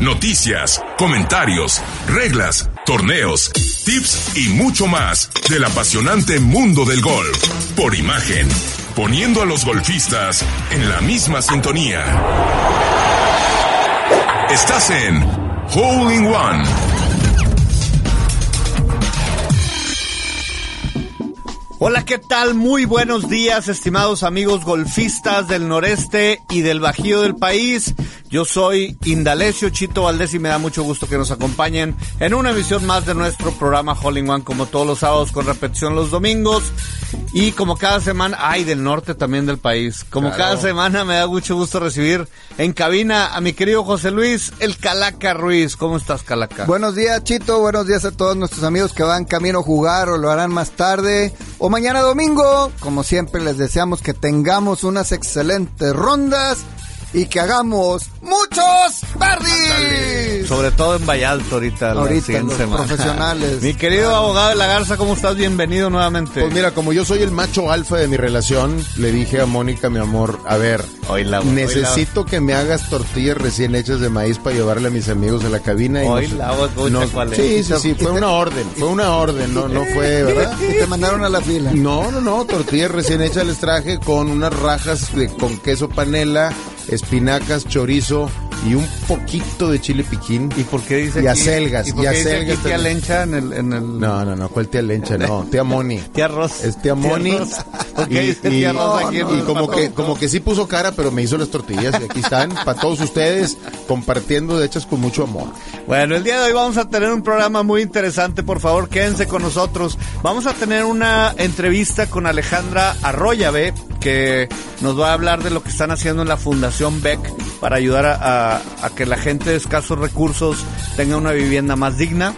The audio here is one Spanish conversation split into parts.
Noticias, comentarios, reglas, torneos, tips y mucho más del apasionante mundo del golf. Por imagen, poniendo a los golfistas en la misma sintonía. Estás en Hole in One. Hola, ¿qué tal? Muy buenos días, estimados amigos golfistas del noreste y del bajío del país. Yo soy Indalecio Chito Valdés y me da mucho gusto que nos acompañen en una emisión más de nuestro programa Holling One, como todos los sábados con repetición los domingos. Y como cada semana, ay, del norte también del país. Como Claro. cada semana me da mucho gusto recibir en cabina a mi querido José Luis, el Calaca Ruiz. ¿Cómo estás, Calaca? Buenos días, Chito. Buenos días a todos nuestros amigos que van camino a jugar o lo harán más tarde o mañana domingo. Como siempre, les deseamos que tengamos unas excelentes rondas y que hagamos muchos birdies. Sobre todo en Vallalto ahorita, la Ahorita, siguiente los semana. profesionales. Mi querido abogado de la Garza, ¿cómo estás? Bienvenido nuevamente. Pues mira, como yo soy el macho alfa de mi relación, le dije a Mónica, mi amor, a ver, Hoy la- hoy necesito que me hagas tortillas recién hechas de maíz para llevarle a mis amigos a la cabina. Hoy la hago, escucha cuál es. Sí, sí, sí, fue una orden, fue una orden, no, no fue, ¿verdad? Y te mandaron a la fila. No, no, no, tortillas recién hechas les traje con unas rajas de, con queso panela, espinacas, chorizo y un poquito de chile piquín. ¿Y por qué dice Y aquí- acelgas, ¿Y por y qué dice acelgas aquí tía también. Lencha en el... En el No, no, no, ¿cuál tía Lencha? No, tía Moni. Tía Rosa. Es tía Este, Moni. Rosa. ¿Por qué dice tía Rosa este, aquí y en el como que papel? como que sí puso cara, pero me hizo las tortillas y aquí están para todos ustedes compartiendo de hechas con mucho amor. Bueno, el día de hoy vamos a tener un programa muy interesante, por favor, quédense con nosotros. Vamos a tener una entrevista con Alejandra Arroyave, que nos va a hablar de lo que están haciendo en la Fundación Beck para ayudar a, a- a que la gente de escasos recursos tenga una vivienda más digna.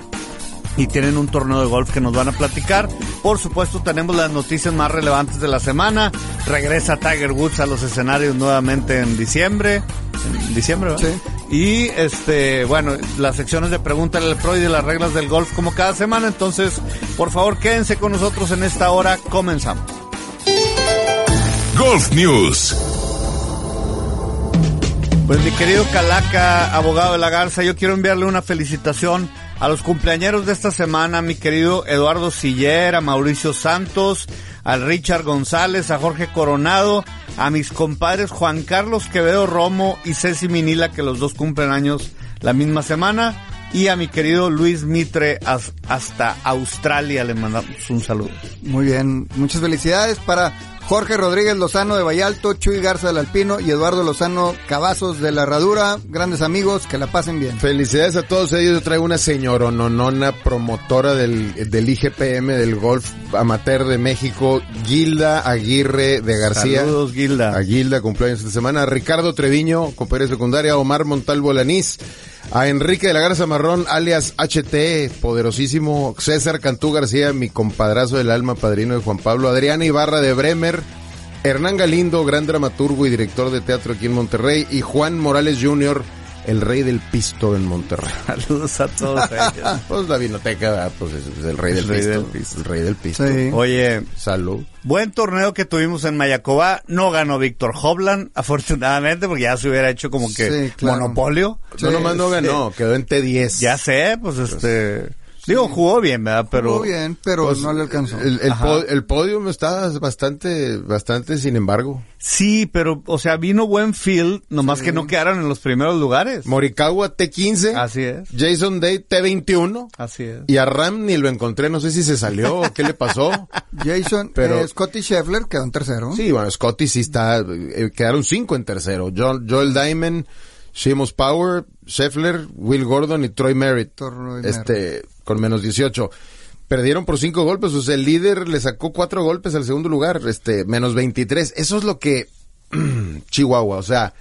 Y tienen un torneo de golf que nos van a platicar. Por supuesto, tenemos las noticias más relevantes de la semana. Regresa Tiger Woods a los escenarios nuevamente en diciembre. En diciembre, ¿verdad? Sí. Y este, bueno, las secciones de pregúntale al pro y de las reglas del golf como cada semana. Entonces, por favor, quédense con nosotros en esta hora. Comenzamos. Golf News. Pues mi querido Calaca, abogado de la Garza, yo quiero enviarle una felicitación a los cumpleañeros de esta semana, mi querido Eduardo Siller, a Mauricio Santos, al Richard González, a Jorge Coronado, a mis compadres Juan Carlos Quevedo Romo y Ceci Minila, que los dos cumplen años la misma semana, y a mi querido Luis Mitre as- hasta Australia, le mandamos un saludo. Muy bien, muchas felicidades para Jorge Rodríguez Lozano de Vallalto, Chuy Garza del Alpino y Eduardo Lozano Cavazos de la Herradura. Grandes amigos, que la pasen bien. Felicidades a todos ellos. Yo traigo una señorononona promotora del, del IGPM, del Golf Amateur de México, Gilda Aguirre de García. Saludos, Gilda. A Gilda, cumpleaños esta semana. A Ricardo Treviño, compañero de secundaria. A Omar Montalvo Lanís. A Enrique de la Garza Marrón, alias HT, poderosísimo. César Cantú García, mi compadrazo del alma, padrino de Juan Pablo. Adriana Ibarra de Bremer. Hernán Galindo, gran dramaturgo y director de teatro aquí en Monterrey. Y Juan Morales Jr., el rey del pisto en Monterrey. Saludos a todos ellos. Pues la vinoteca, ¿verdad? pues es, es el rey, del, rey pisto, del pisto. El rey del pisto. Sí. Oye, Salud. Buen torneo que tuvimos en Mayacoba. No ganó Víctor Hovland, afortunadamente, porque ya se hubiera hecho como que Sí, claro. monopolio. no nomás no sí. ganó, quedó en T10. Ya sé, pues este. digo, jugó bien, ¿verdad? Pero. Muy bien, pero Pues, no le alcanzó. El, el, Ajá. po- el podium está bastante, bastante sin embargo. Sí, pero, o sea, vino buen field, nomás que no quedaron en los primeros lugares. Morikawa T15. Así es. Jason Day T21. Así es. Y a Ram ni lo encontré, no sé si se salió o qué le pasó. Jason, Pero- eh, Scotty Scheffler quedó en tercero. Sí, bueno, Scotty sí está, eh, quedaron cinco en tercero. John- Joel Diamond, Seamus Power, Scheffler, Will Gordon y Troy Merritt. Troy este, con menos 18. Perdieron por cinco golpes, o sea, el líder le sacó cuatro golpes al segundo lugar, este, menos 23. Eso es lo que, Chihuahua, o sea,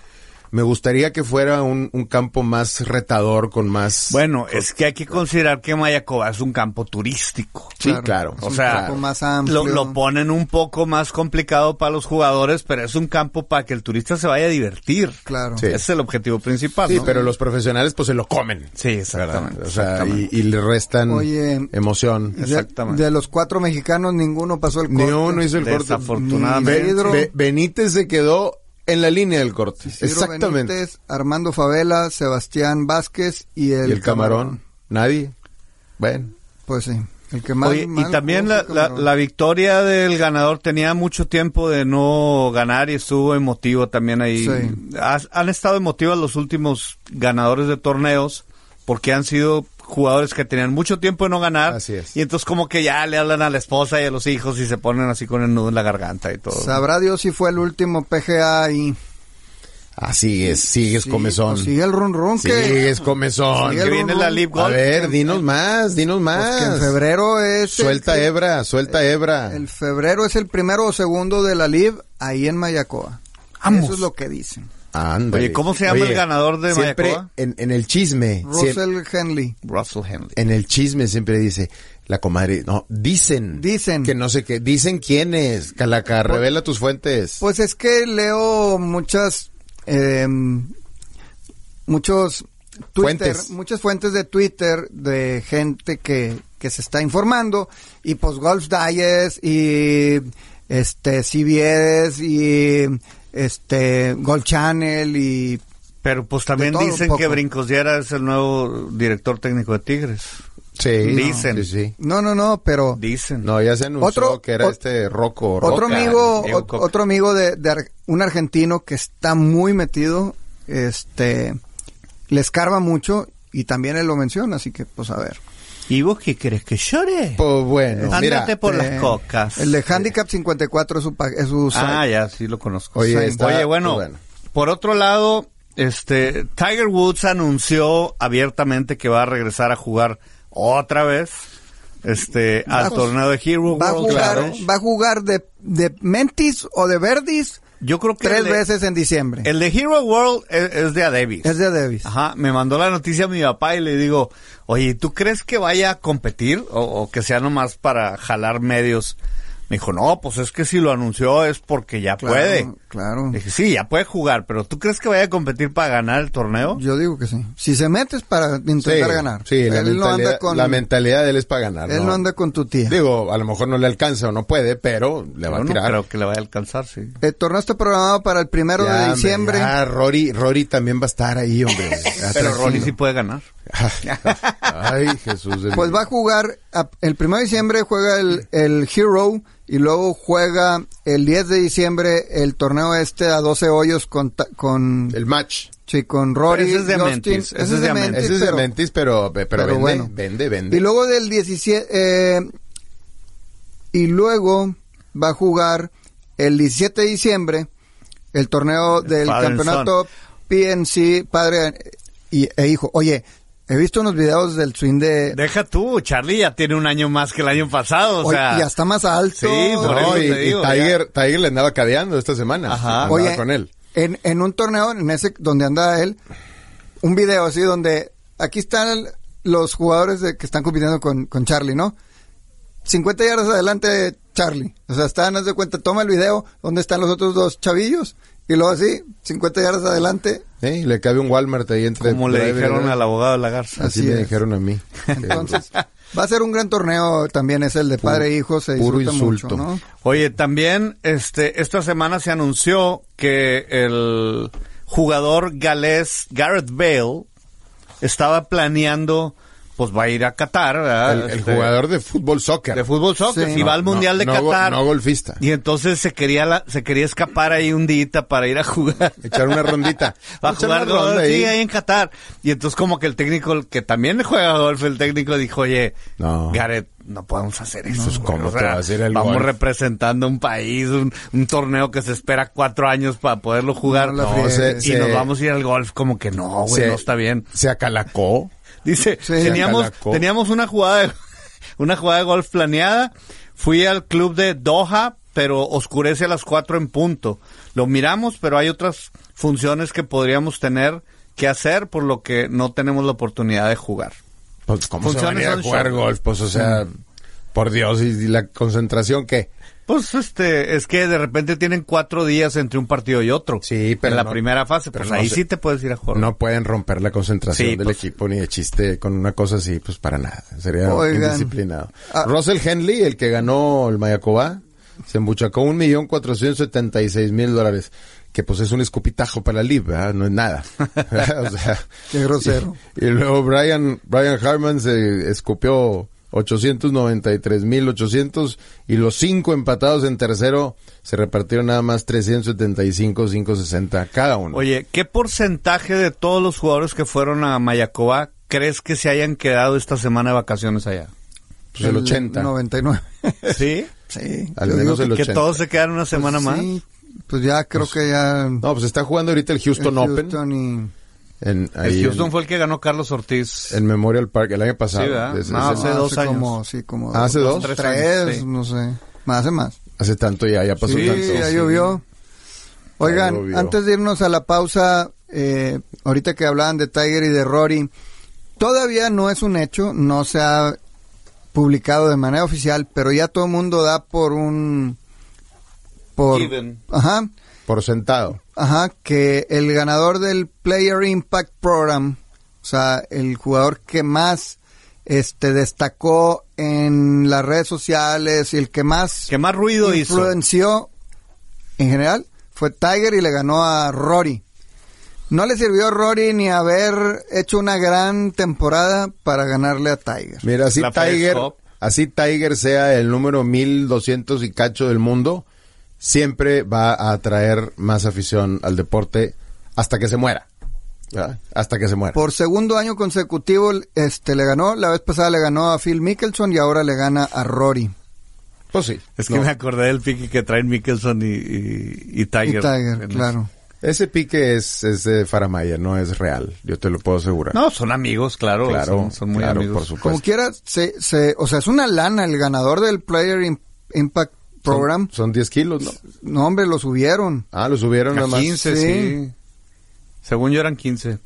Me gustaría que fuera un, un campo más retador, con más... Bueno, es que hay que considerar que Mayacoba es un campo turístico. sí, claro. Es O un sea, campo más amplio. Lo, lo ponen un poco más complicado para los jugadores, pero es un campo para que el turista se vaya a divertir. Claro. Sí. Ese es el objetivo principal. Sí, ¿no? pero los profesionales pues se lo comen. Sí, exactamente. O sea, exactamente. y, y le restan Oye, emoción. De- exactamente. De, los cuatro mexicanos, ninguno pasó el corte. Ni uno hizo el corte. Desafortunadamente. Be- Be- Benítez se quedó en la línea del corte. Ciro Exactamente. Benítez, Armando Favela, Sebastián Vázquez y el, y el camarón. Nadie. Bueno. Pues sí. El que más, Oye, mal y también jugó la, fue la- Camarón. la victoria del ganador tenía mucho tiempo de no ganar y estuvo emotivo también ahí. Sí. Has- han estado emotivos los últimos ganadores de torneos porque han sido jugadores que tenían mucho tiempo de no ganar. Así es. Y entonces como que ya le hablan a la esposa y a los hijos y se ponen así con el nudo en la garganta y todo. Sabrá Dios si fue el último PGA y... Así es. Sigues Sí, comezón. pues sigue el run run que... Sigues comezón. Sigue Que el viene Rum la Rum. Live A Golf. ver, dinos más, dinos pues que en más. febrero es... Suelta el, hebra, suelta hebra. El febrero es el primero o segundo de la LIB ahí en Mayacoa. Vamos. Eso es lo que dicen. Ándale. Oye, ¿cómo se llama el ganador de siempre Mayacoa? En, en el chisme, siempre- Russell Henley. Russell Henley. en el chisme siempre dice la comadre, no, dicen. Dicen. Que no sé qué, dicen quién es, Calaca, revela tus fuentes. Pues es que leo muchas, eh, muchos Twitter, Fuentes. muchas fuentes de Twitter de gente que, que se está informando y pues Golf Digest y este CBS y este Golf Channel y Pero pues también todo un dicen poco. que Brincos Diera es el nuevo director técnico de Tigres. sí, dicen. Sí, sí. no no no pero Dicen. No, ya se anunció Otro- que era ot- este Rocco. otro Roca. amigo Diego ot- Coca. otro amigo de, de ar- un argentino que está muy metido este le escarba mucho y también él lo menciona así que pues a ver ¿Y vos qué crees que llore? Pues bueno, Ándate mira. por Eh, las cocas. el de handicap 54 es su pa- es su Ah, site. ya, sí lo conozco. Oye, Sí. está- Oye, bueno, bueno. por otro lado, este Tiger Woods anunció abiertamente que va a regresar a jugar otra vez este al torneo de Hero va a World jugar Challenge. va a jugar de, de mentis o de verdis Yo creo que tres el de- veces en diciembre El Ah, de Hero World es, es de a Davis. es de Davis Ajá, me mandó la noticia mi papá y le digo, oye, ¿tú crees que vaya a competir o, o que sea nomás para jalar medios? Me dijo, no, pues es que si lo anunció es porque ya Claro, puede. claro Le dije, sí, ya puede jugar, pero ¿tú crees que vaya a competir para ganar el torneo? yo digo que sí si se metes para Sí, intentar ganar Sí, la, él no mentalidad, anda con la mentalidad de él es para ganar. él no anda con tu tía Digo, a lo mejor no le alcanza o no puede, pero le va Yo a no tirar. creo que le vaya a alcanzar, sí. El torneo está programado para el primero Ya, de hombre, diciembre. ya, Rory, Rory también va a estar ahí, hombre. Ya, Pero Rory tranquilo. sí puede ganar. Ay, Jesús. de Pues mi- va a jugar, a- el primero de diciembre juega el, el Hero y luego juega el 10 de diciembre el torneo este a 12 hoyos con, ta- con, El match. sí, con Rory. Ese es de Justin. Mentis, ese es de Mentis. Ese es de pero- Mentis, pero, pero, pero vende, bueno. vende, vende. Y luego del 17, eh, y luego va a jugar el 17 de diciembre el torneo del Padre and campeonato PNC Padre y, e Hijo. Oye, he visto unos videos del swing de... Deja tú, Charlie ya tiene un año más que el año pasado, o Oye, sea... ya está más alto. Sí, por No, eso y, te y digo, Tiger, Tiger le andaba cadeando esta semana. Ajá. Andaba Oye, Ah, con él. En, en un torneo, en ese donde anda él, un video así donde aquí están el- los jugadores de- que están compitiendo con, con Charlie, ¿no? 50 yardas adelante Charlie. O sea, están, haz de cuenta, toma el video donde están los otros dos chavillos y luego así, 50 yardas adelante. Sí, le cabe un Walmart ahí entre. Como le driver, dijeron ¿verdad? al abogado de la Garza. Así Así me es. dijeron a mí. Entonces, va a ser un gran torneo también, es el de padre e hijo, se puro disfruta mucho, insulto. ¿no? Oye, también este esta semana se anunció que el jugador galés Gareth Bale estaba planeando, pues va a ir a Qatar, ¿verdad? el, el Este, jugador de fútbol soccer. de fútbol soccer Sí. y va al No, mundial de no go- Qatar No golfista. y entonces se quería la- se quería escapar ahí un dita para ir a jugar. Echar una rondita. Va a Echar jugar una ronda golf, ahí. sí, ahí en Qatar. Y entonces como que el técnico, el que también juega golf, el técnico dijo, oye, No. Gareth, no podemos hacer eso. Pues, güey. ¿cómo O te sea, vas a ir al Vamos golf? representando un país, un, un torneo que se espera cuatro años para poderlo jugar. No la No, friegues. se- y se- nos vamos a ir al golf, como que no, güey, Se- no está bien. Se acalacó. Dice, Sí. teníamos, Acalacó. teníamos una jugada de, una jugada de golf planeada. Fui al club de Doha, pero oscurece a las cuatro en punto. Lo miramos, pero hay otras funciones que podríamos tener que hacer por lo que no tenemos la oportunidad de jugar. Pues, ¿cómo se van a Funciones ir a on jugar show. golf? Pues, o sea, Mm. por Dios, ¿y, y la concentración qué? Pues este, es que de repente tienen cuatro días entre un partido y otro. Sí, pero En la no- primera fase, pero pues no ahí sé. sí te puedes ir a jugar. No pueden romper la concentración Sí, del pues. equipo ni de chiste con una cosa así, pues para nada. Sería Oigan. indisciplinado. Ah. Russell Henley, el que ganó el Mayacoba, se embuchacó un millón cuatrocientos setenta y seis mil dólares. Que pues es un escupitajo para la LIB, ¿verdad? no es nada. O sea, Qué grosero. Y, y luego Brian, Brian Harman se escupió 893.800 y los cinco empatados en tercero se repartieron nada más 375.560 cada uno. Oye, ¿qué porcentaje de todos los jugadores que fueron a Mayacoba crees que se hayan quedado esta semana de vacaciones allá? pues el 80. 99. ¿Sí. sí. Al yo menos digo el Que 80. todos se quedaron una semana sí, más. pues ya creo que ya... No, pues está jugando ahorita el el Houston, Open. Houston y- En, ahí el Houston en- fue el que ganó Carlos Ortiz. en Memorial Park el año pasado. Sí, ¿verdad? Es- No, es- hace dos años. Como, sí, como Ah, hace dos. Tres, Tres años, sí. no sé. Más, hace más. hace tanto ya, ya pasó Sí, tanto. ya Pues Sí. llovió. Oigan, llovió. antes de irnos a la pausa, eh, ahorita que hablaban de Tiger y de Rory, todavía no es un hecho, no se ha publicado de manera oficial, pero ya todo el mundo da por un... Por, Given. Ajá, Por sentado. ajá, que el ganador del Player Impact Program, o sea, el jugador que más este destacó en las redes sociales y el que más Que más ruido hizo. influenció en general fue Tiger y le ganó a Rory. No le sirvió a Rory ni haber hecho una gran temporada para ganarle a Tiger. Mira, así La FedEx Tiger, Cup. así Tiger sea el número 1200 y cacho del mundo, siempre va a atraer más afición al deporte hasta que se muera. ¿verdad? Hasta que se muera. Por segundo año consecutivo este le ganó, la vez pasada le ganó a Phil Mickelson y ahora le gana a Rory. Pues sí. Es que no. me acordé del pique que traen Mickelson y, y- y Tiger. Y Tiger, En- claro. Ese pique es, es de Faramaya, no es real. Yo te lo puedo asegurar. No, son amigos, claro. claro, son, son muy claro, por amigos. supuesto. Como quiera, se, se- o sea, es una lana el ganador del Player Im- Impact Son- Program. Son, 10 kilos, ¿no? No, hombre, lo subieron. Ah, lo subieron nada A más. 15, Sí. sí. Según yo eran 15.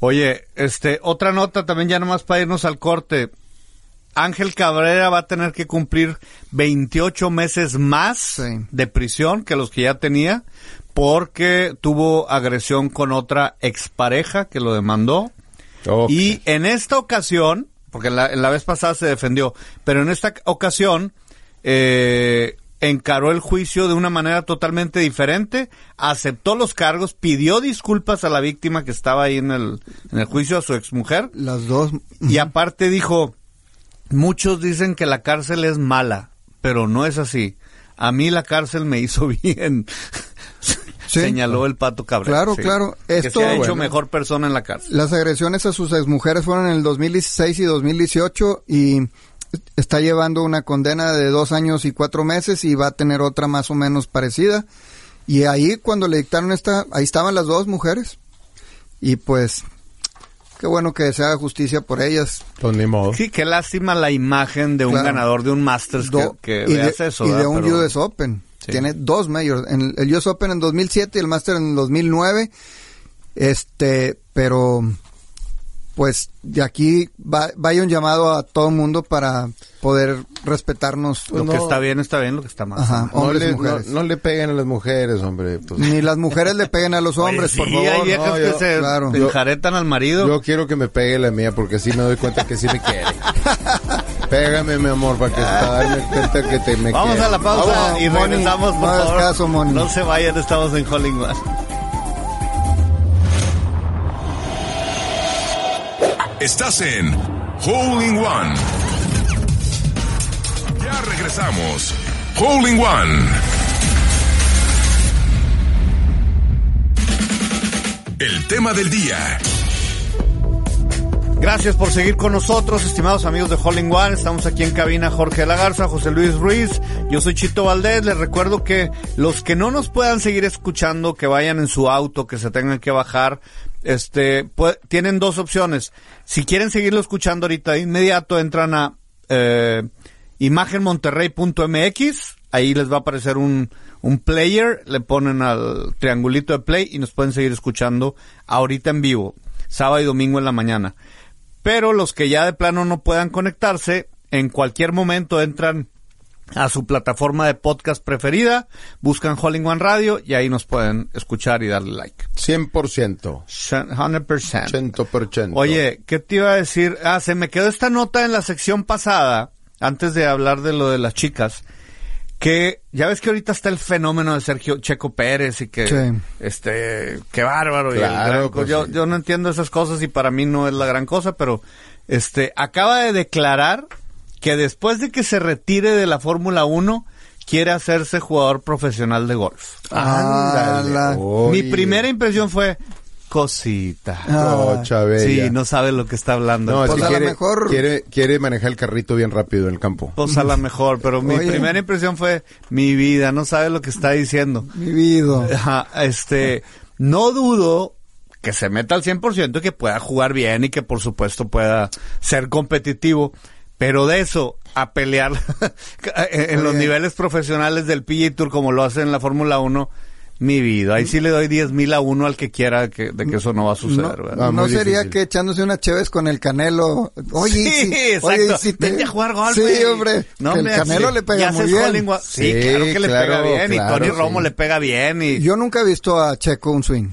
Oye, este, otra nota también ya nomás para irnos al corte. Ángel Cabrera va a tener que cumplir 28 meses más Sí. de prisión que los que ya tenía porque tuvo agresión con otra expareja que lo demandó. Ok. Y en esta ocasión, porque en la, en la vez pasada se defendió, pero en esta ocasión eh, encaró el juicio de una manera totalmente diferente, aceptó los cargos, pidió disculpas a la víctima que estaba ahí en el, en el juicio, a su exmujer, Las dos. y aparte dijo, muchos dicen que la cárcel es mala, pero no es así. A mí la cárcel me hizo bien. Sí. Señaló el pato Cabrera. Claro, claro. que Esto- se ha hecho bueno. mejor persona en la cárcel. Las agresiones a sus exmujeres fueron en el 2016 y 2018 y está llevando una condena de dos años y cuatro meses y va a tener otra más o menos parecida. Y ahí cuando le dictaron esta, ahí estaban las dos mujeres. Y pues, qué bueno que se haga justicia por ellas. Pues ni modo. Sí, qué lástima la imagen de un Claro. ganador de un Masters que- Do- Pues que, y veas de, eso. y ¿verdad? de un Pero- US Open. Sí. Tiene dos majors. En el US Open en 2007 y el Master en 2009. Este, pero pues de aquí va- vaya un llamado a todo el mundo para poder respetarnos. Lo que está bien está bien, lo que está mal. está pues, Ajá, mal. No hombres y le, no, mujeres. no le peguen a las mujeres, hombre. pues. Ni las mujeres le peguen a los hombres, Oye, por sí, favor. hay viejas ¿no? que Yo- se claro. enjaretan al marido. Yo quiero que me pegue la mía porque así me doy cuenta que sí me quiere. Pégame, mi amor, para que para darme cuenta que te me Vamos quiere. a la pausa Vamos, y Moni, regresamos, por no hagas favor. caso, Moni. No se vayan, estamos en Hollywood. Estás en Hole in One. Ya regresamos. Hole in One. El tema del día. Gracias por seguir con nosotros, estimados amigos de Holling One. Estamos aquí en cabina Jorge de la Garza, José Luis Ruiz. Yo soy Chito Valdés. Les recuerdo que los que no nos puedan seguir escuchando, que vayan en su auto, que se tengan que bajar, este, pue- tienen dos opciones. Si quieren seguirlo escuchando ahorita de inmediato, entran a eh, imagenmonterrey.mx Ahí les va a aparecer un, un player, le ponen al triangulito de play y nos pueden seguir escuchando ahorita en vivo, sábado y domingo en la mañana. Pero los que ya de plano no puedan conectarse, en cualquier momento entran a su plataforma de podcast preferida, buscan Holling One Radio y ahí nos pueden escuchar y darle like. 100%. 100%. 100%. Oye, ¿qué te iba a decir? Ah, se me quedó esta nota en la sección pasada, antes de hablar de lo de las chicas, que ya ves que ahorita está el fenómeno de Sergio Checo Pérez y que, Sí. este, qué bárbaro. y el Claro, gran co- pues yo, sí. yo no entiendo esas cosas y para mí no es la gran cosa, pero, este, acaba de declarar que después de que se retire de la Fórmula 1, quiere hacerse jugador profesional de golf. Ah, la- Oye. Ah, Mi primera impresión fue, cosita. No, Chabela. Sí, no sabe lo que está hablando. No, es Pues que a lo quiere, mejor- quiere, quiere manejar el carrito bien rápido en el campo. Pues a la mejor, pero mi Oye. primera impresión fue mi vida, no sabe lo que está diciendo. Mi vida. Ajá, este, no dudo que se meta al 100% y que pueda jugar bien y que por supuesto pueda ser competitivo, pero de eso a pelear en en los Oye. niveles profesionales del PGA Tour como lo hacen en la Fórmula 1, mi vida. Ahí sí le doy 10 mil a uno al que quiera que, de que eso no va a No, suceder. ¿verdad? Ah, no muy sería difícil. que echándose unas cheves con el canelo. Oye, Sí, y si, exacto. oye, y si te- Vente a jugar golf. Sí, güey. hombre. No, que el hombre, canelo sí. le Y pega haces muy bien. bowling gua- Sí, Sí, claro que le claro, pega bien. claro, y Tony Romo sí. le pega bien. Y yo, Yo nunca he visto a Checo un swing.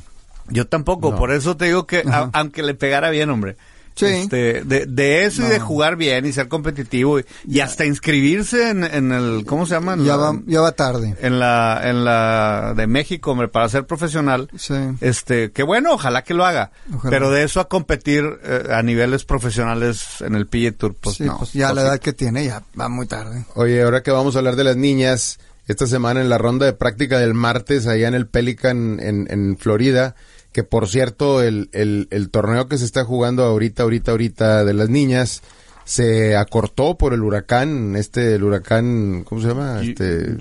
tampoco. Por eso te digo que, a- aunque le pegara bien, hombre. Sí. Este, de, de eso y de jugar bien y ser competitivo y, y hasta inscribirse en, en el. ¿Cómo se llama? En Ya la- va, ya va tarde. en la en la de México, hombre, para ser profesional. Sí. Este, que bueno, ojalá que lo haga. Ojalá. Pero de eso a competir eh, a niveles profesionales en el PGA Tour, pues Sí, no. pues ya Pues la sí. edad que tiene ya va muy tarde. Oye, ahora que vamos a hablar de las niñas, esta semana en la ronda de práctica del martes allá en el Pelican en, en Florida, que por cierto el, el, el torneo que se está jugando ahorita, ahorita, ahorita de las niñas se acortó por el huracán, este, el huracán, ¿cómo se llama? Este,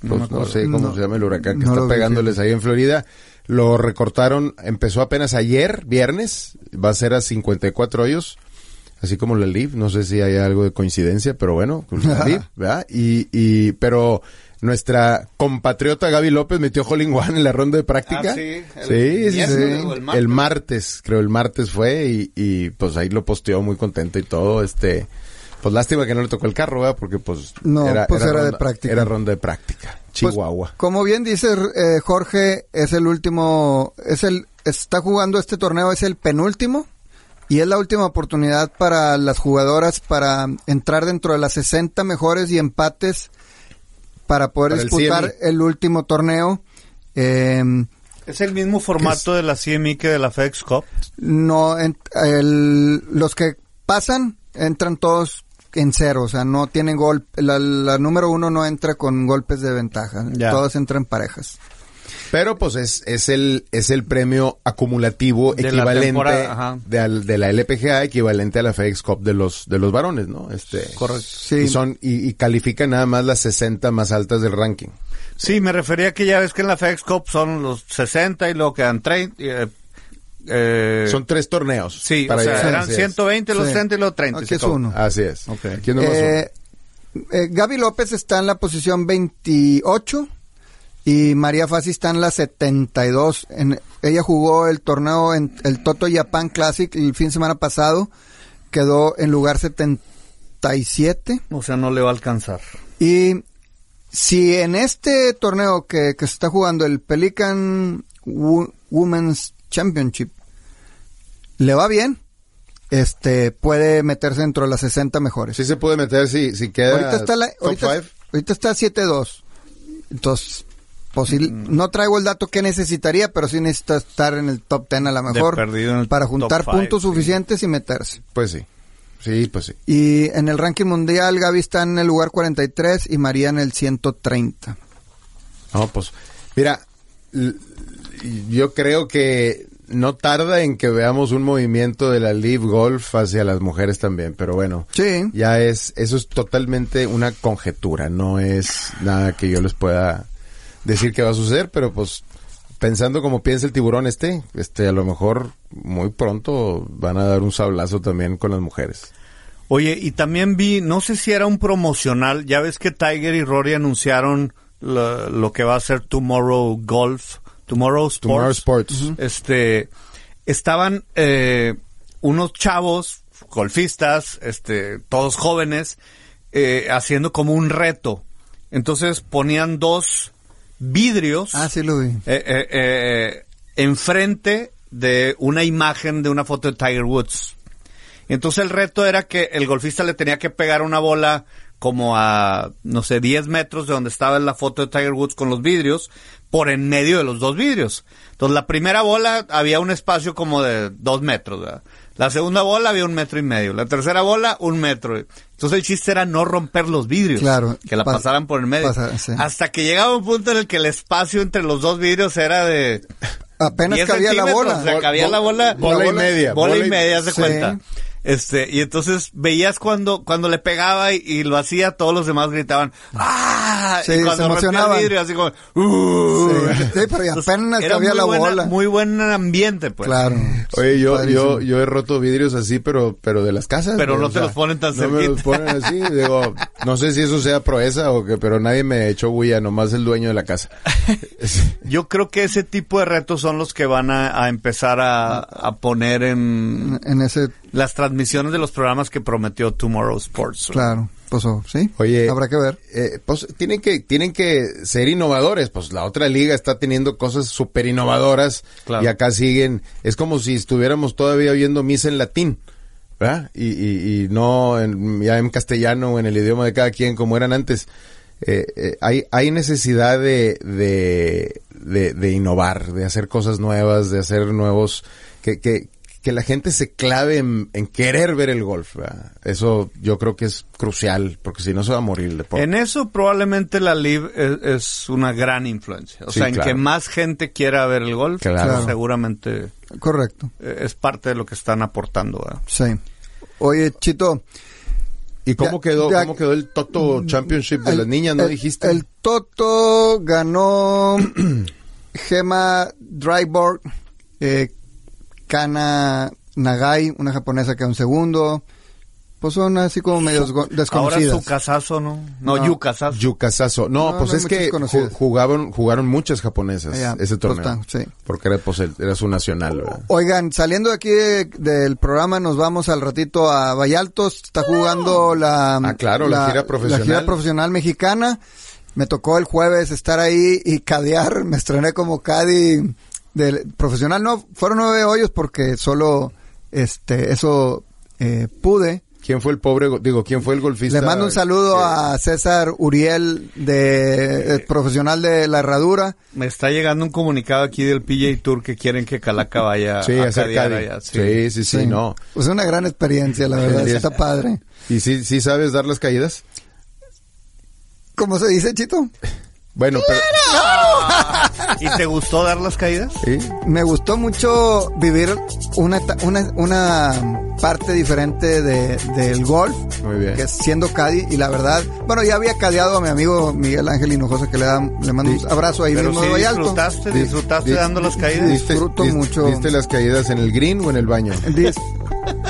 No pues, me no, acuerdo. sé cómo No. se llama el huracán que No lo está vi, pegándoles ahí en Florida. Lo recortaron, empezó apenas ayer, viernes, va a ser a 54 hoyos, así como la LIV, no sé si hay algo de coincidencia, pero bueno, pues, la LIV, ¿verdad? Y, y, pero nuestra compatriota Gaby López metió Holling One en la ronda de práctica. Ah, sí, el sí, sí, sí. miércoles o el martes. El martes, creo el martes fue y, y, pues ahí lo posteó muy contento y todo, este... Pues lástima que no le tocó el carro, ¿verdad? Porque pues... No, pues, era de práctica. Era ronda de práctica. Pues, Chihuahua. como bien dice eh, Jorge, es el último, es el, está jugando este torneo, es el penúltimo y es la última oportunidad para las jugadoras para entrar dentro de las 60 mejores y empates para poder Para el disputar CME. el, último torneo. Eh, Es el mismo formato de la CMI que de la FedEx Cup. no, en- el- los que pasan entran todos en cero, o sea, no tienen gol, la, la número uno no entra con golpes de ventaja, Ya. todos entran parejas. Pero pues es, es el es el premio acumulativo De la equivalente temporada, ajá. de, al- de la LPGA equivalente a la FedEx Cup de los de los varones, ¿no? Este Correcto. Sí. Y son y, y califican nada más las 60 más altas del ranking. Sí, me refería que ya ves que en la FedEx Cup son los 60 y luego quedan 30. eh, eh, Son tres torneos. sí, o para sea, llegar. eran Así es. 120 los Sí. 30 y los 30. y Aquí se es acabó. uno. Así es. Ok. ¿Quién nomás Eh, eh, Gaby López está en la posición 28 y María Fassi está en la 72. En- ella jugó el torneo en el Toto Japan Classic el fin de semana pasado, quedó en lugar 77. O sea, no le va a alcanzar. Y si en este torneo que, que se está jugando el Pelican Wo- Women's Championship le va bien, este puede meterse dentro de las 60 uno? mejores. Sí se puede meter si si queda Ahorita está la, top ahorita, five. ahorita está 7-2. Entonces, posil- Mm. no traigo el dato que necesitaría, pero sí necesita estar en el top 10 a lo mejor perdido en el para top juntar five, puntos sí. suficientes y meterse. Pues sí. Sí, pues sí. Y en el ranking mundial Gaby está en el lugar 43 y María en el 130. No, pues, mira, l- yo creo que no tarda en que veamos un movimiento de la Live Golf hacia las mujeres también, pero bueno, Sí. ya es, eso es totalmente una conjetura, no es nada que yo les pueda decir que va a suceder, pero pues, pensando como piensa el tiburón este, este, a lo mejor muy pronto van a dar un sablazo también con las mujeres. Oye, y también vi, no sé si era un promocional, ya ves que Tiger y Rory anunciaron lo, lo que va a ser Tomorrow Golf, Tomorrow Sports. Tomorrow Sports. Ujú. Este, estaban eh, unos chavos golfistas, este, todos jóvenes, eh, haciendo como un reto. Entonces ponían dos vidrios Ah, sí lo vi. eh, eh, eh, enfrente de una imagen de una foto de Tiger Woods. Y entonces el reto era que el golfista le tenía que pegar una bola como a, no sé, 10 metros de donde estaba la foto de Tiger Woods con los vidrios, por en medio de los dos vidrios. Entonces la primera bola había un espacio como de dos metros. ¿verdad? La segunda bola había un metro y medio. La tercera bola, un metro. Entonces el chiste era no romper los vidrios. Claro. Que la Pas- pasaran por el medio. pasar, sí. Hasta que llegaba un punto en el que el espacio entre los dos vidrios era de... Apenas 10 cabía la centímetros, bola. O sea, cabía Bol- la bola... bola y media, Bola, bola y y- media, se sí. cuenta. Este, y entonces veías cuando, cuando le pegaba y, y lo hacía, todos los demás gritaban, ¡ah! Sí, y se cuando rompía emocionaban. el vidrio, así como, ¡uh! Sí, sí, pero y Entonces, apenas era cabía muy la buena- bola. Muy buen ambiente, pues. Claro. Oye, yo, yo, Padrísimo. yo he roto vidrios así, pero, pero de las casas. Pero güey, no o te sea, los ponen tan No me los cerquita. ponen así. Digo, no sé si eso sea proeza o qué, pero nadie me echó huya, nomás el dueño de la casa. Yo creo que ese tipo de retos son los que van a, a empezar a, a poner en En ese, las transmisiones de los programas que prometió Tomorrow Sports. claro. Pues oh, sí. Oye, Habrá que ver. eh, pues tienen que, tienen que ser innovadores. Pues la otra liga está teniendo cosas súper innovadoras Claro. y acá siguen. Es como si estuviéramos todavía oyendo misa en latín, ¿verdad? Y, y- y no en, ya en castellano o en el idioma de cada quien como eran antes. Eh, eh, hay, hay necesidad de, de, de- de innovar, de hacer cosas nuevas, de hacer nuevos. que, que- que la gente se clave en, en querer ver el golf. ¿verdad? Eso yo creo que es crucial, porque si no se va a morir el deporte. En eso probablemente la LIB es, es una gran influencia. O Sí, sea, en claro. que más gente quiera ver el golf, Claro. eso seguramente Correcto. eh, es parte de lo que están aportando. ¿verdad? Sí. Oye, Chito. ¿Y cómo Ya- quedó, ya- mm, cómo quedó el Toto Championship de las niñas? ¿No el- dijiste? El Toto ganó Gema Dryborg, eh, Kana Nagai, una japonesa que un segundo. Pues son así como medios go- Ahora desconocidas. su casazo, ¿no? No, No. you casazo. Yucasazo. No, No, pues no hay es muchas que conocidas. ju- jugaban, jugaron muchas japonesas Ya, ese pues torneo. está, sí. Porque era, pues, el- era su nacional, ¿verdad? Oigan, saliendo de aquí de- del programa, nos vamos al ratito a Vallaltos. Está jugando la, Ah, claro, la gira profesional. gira profesional mexicana. Me tocó el jueves estar ahí y cadear. Me estrené como cadi del profesional. No, fueron nueve hoyos porque solo este eso eh, pude. ¿Quién fue el pobre, go- digo, quién fue el golfista? Le mando un saludo que- a César Uriel, de eh, profesional de la herradura. Me está llegando un comunicado aquí del PJ Tour que quieren que Calaca vaya Sí, a acerca cadear de- allá, sí. Sí, sí, sí, no. Pues una gran experiencia, la verdad. Sí. Está padre. ¿Y sí, sí sabes dar las caídas? ¿Cómo se dice, Chito? Bueno, pero... ¿Y te gustó dar las caídas? ¿Sí? Me gustó mucho vivir una, ta- una, una parte diferente de- del golf, Muy bien. que es siendo Cadi, y la verdad, bueno, ya había cadeado a mi amigo Miguel Ángel Hinojosa, que le, da, le mando un abrazo ahí Pero mismo sí de Vallalto. disfrutaste, Di- disfrutaste di- dando las caídas. di- Disfruto ¿Diste- mucho. ¿Diste las caídas en el green o en el baño? Dis-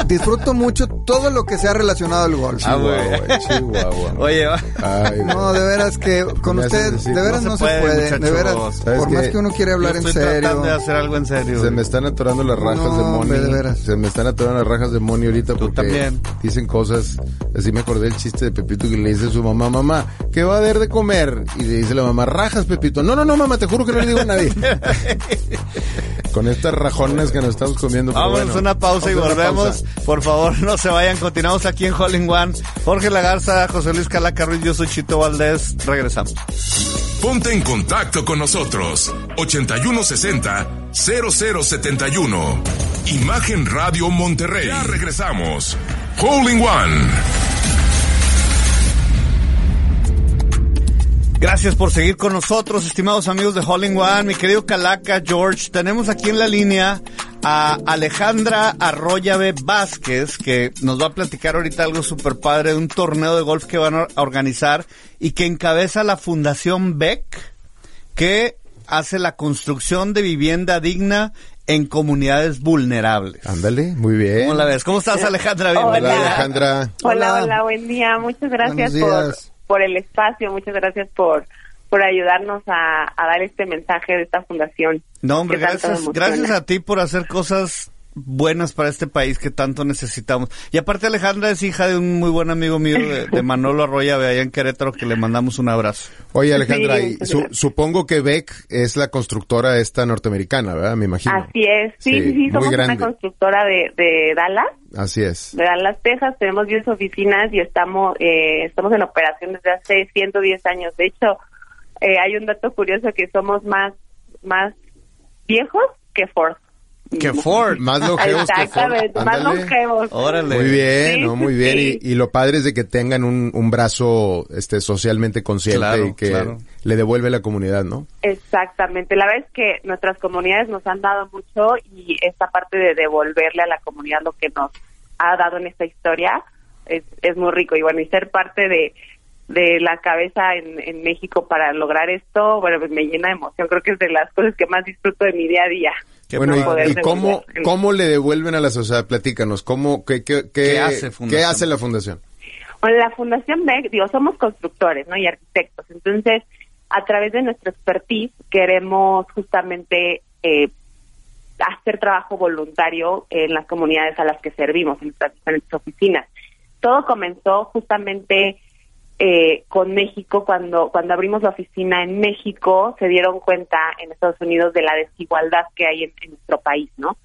disfruto mucho todo lo que sea relacionado al golf. Ah, güey. Chihuahua, Chihuahua. Oye, va. Ay, No, güey. de veras que con Me haces ustedes, decir, de veras no, se puede, de muchachos. veras, ¿Sabes por más qué? que uno quiere hablar Yo en estoy serio. tratando de hacer algo en serio. Se me están atorando las rajas No, de Moni. hombre, de veras. Se me están atorando las rajas de Moni ahorita Tú porque también. dicen cosas. Así me acordé el chiste de Pepito que le dice a su mamá, mamá, ¿qué va a haber de comer? Y le dice la mamá, rajas, Pepito. No, no, no, mamá, te juro que no le digo a nadie. Con estas rajonas que nos estamos comiendo. pero Vámonos bueno. una pausa y Vamos a una volvemos. pausa. Por favor, no se vayan. Continuamos aquí en Holling One. Jorge Lagarza, José Luis Calaca Ruiz, yo soy Chito Valdés. Regresamos. Ponte en contacto con nosotros 8160-0071. Imagen Radio Monterrey. Ya regresamos. Holding One. Gracias por seguir con nosotros, estimados amigos de Holling One. Mi querido Calaca, George, tenemos aquí en la línea a Alejandra Arroyave Vázquez, que nos va a platicar ahorita algo super padre de un torneo de golf que van a organizar y que encabeza la Fundación Beck, que hace la construcción de vivienda digna en comunidades vulnerables. Ándale, muy bien. ¿Cómo la ves? ¿Cómo estás, Alejandra? Hola, Bienvenida. Alejandra. Hola. Hola, hola, buen día. Muchas gracias Buenos por, días. por el espacio, muchas gracias por, por ayudarnos a, a dar este mensaje de esta fundación. No, hombre, que tanto gracias, emociona. gracias a ti por hacer cosas buenas para este país que tanto necesitamos. Y aparte Alejandra es hija de un muy buen amigo mío, de, de Manolo Arroya, de allá en Querétaro, que le mandamos un abrazo. Oye, Alejandra, Sí, y muchas su- gracias. supongo que Beck es la constructora esta norteamericana, ¿verdad? Me imagino. Así es, sí, Sí, sí, sí, muy somos una grande. constructora de, de Dallas, Así es. de Dallas, Texas, tenemos 10 oficinas y estamos, eh, estamos en operación desde hace 110 años. De hecho, eh, hay un dato curioso que somos más, más viejos que Ford. Mm. Que Ford. Más longevos que Ford. Exactamente, más Ándale. longevos. Órale. Muy bien, Sí, ¿no? muy sí, bien. sí. Y, y lo padre es de que tengan un, un brazo este, socialmente consciente Claro, y que claro. le devuelve la comunidad, ¿no? Exactamente, la verdad es que nuestras comunidades nos han dado mucho y esta parte de devolverle a la comunidad lo que nos ha dado en esta historia es, es muy rico y bueno, y ser parte de, de la cabeza en, en México para lograr esto, bueno, pues me llena de emoción, creo que es de las cosas que más disfruto de mi día a día. Qué bueno, padre. No poder y, y cómo, devolver. cómo le devuelven a la sociedad? Platícanos, ¿cómo, qué, qué, qué, ¿Qué hace Fundación? qué hace la fundación? Bueno, la Fundación MEC, digo, somos constructores, ¿no? Y arquitectos. Entonces, a través de nuestro expertise, queremos justamente eh, hacer trabajo voluntario en las comunidades a las que servimos, en nuestras diferentes oficinas. Todo comenzó justamente eh, con México, cuando, cuando abrimos la oficina en México, se dieron cuenta en Estados Unidos de la desigualdad que hay en, en nuestro país, ¿no?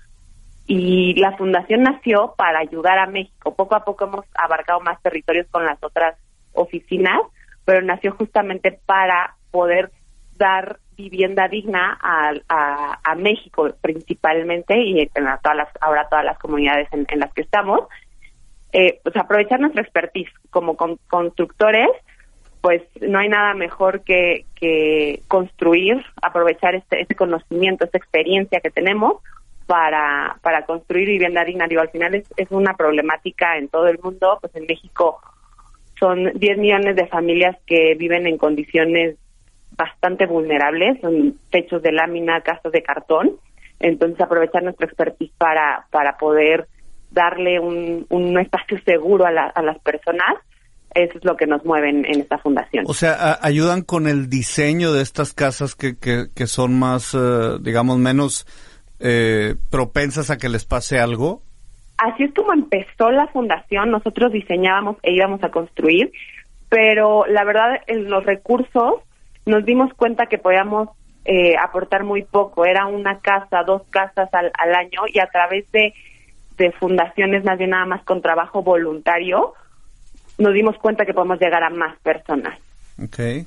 y la fundación nació para ayudar a México. Poco a poco hemos abarcado más territorios con las otras oficinas, pero nació justamente para poder dar vivienda digna a, a- a México principalmente y en a todas las, ahora todas las comunidades en, en las que estamos. Eh, pues aprovechar nuestra expertise como con- constructores, pues no hay nada mejor que, que construir, aprovechar este, este conocimiento, esta experiencia que tenemos para, para construir vivienda digna. Digo, al final es, es una problemática en todo el mundo, pues en México son 10 millones de familias que viven en condiciones bastante vulnerables, son techos de lámina, casas de cartón. Entonces, aprovechar nuestra expertise para, para poder darle un, un espacio seguro a, la- a las personas, eso es lo que nos mueve en, en esta fundación. O sea, a- ayudan con el diseño de estas casas que, que, que son más, eh, digamos, menos eh, propensas a que les pase algo. así es como empezó la fundación. Nosotros diseñábamos e íbamos a construir, pero la verdad en los recursos nos dimos cuenta que podíamos eh, aportar muy poco. Era una casa, dos casas al, al año y a través de, de fundaciones, más bien nada más con trabajo voluntario, nos dimos cuenta que podemos llegar a más personas. Ok.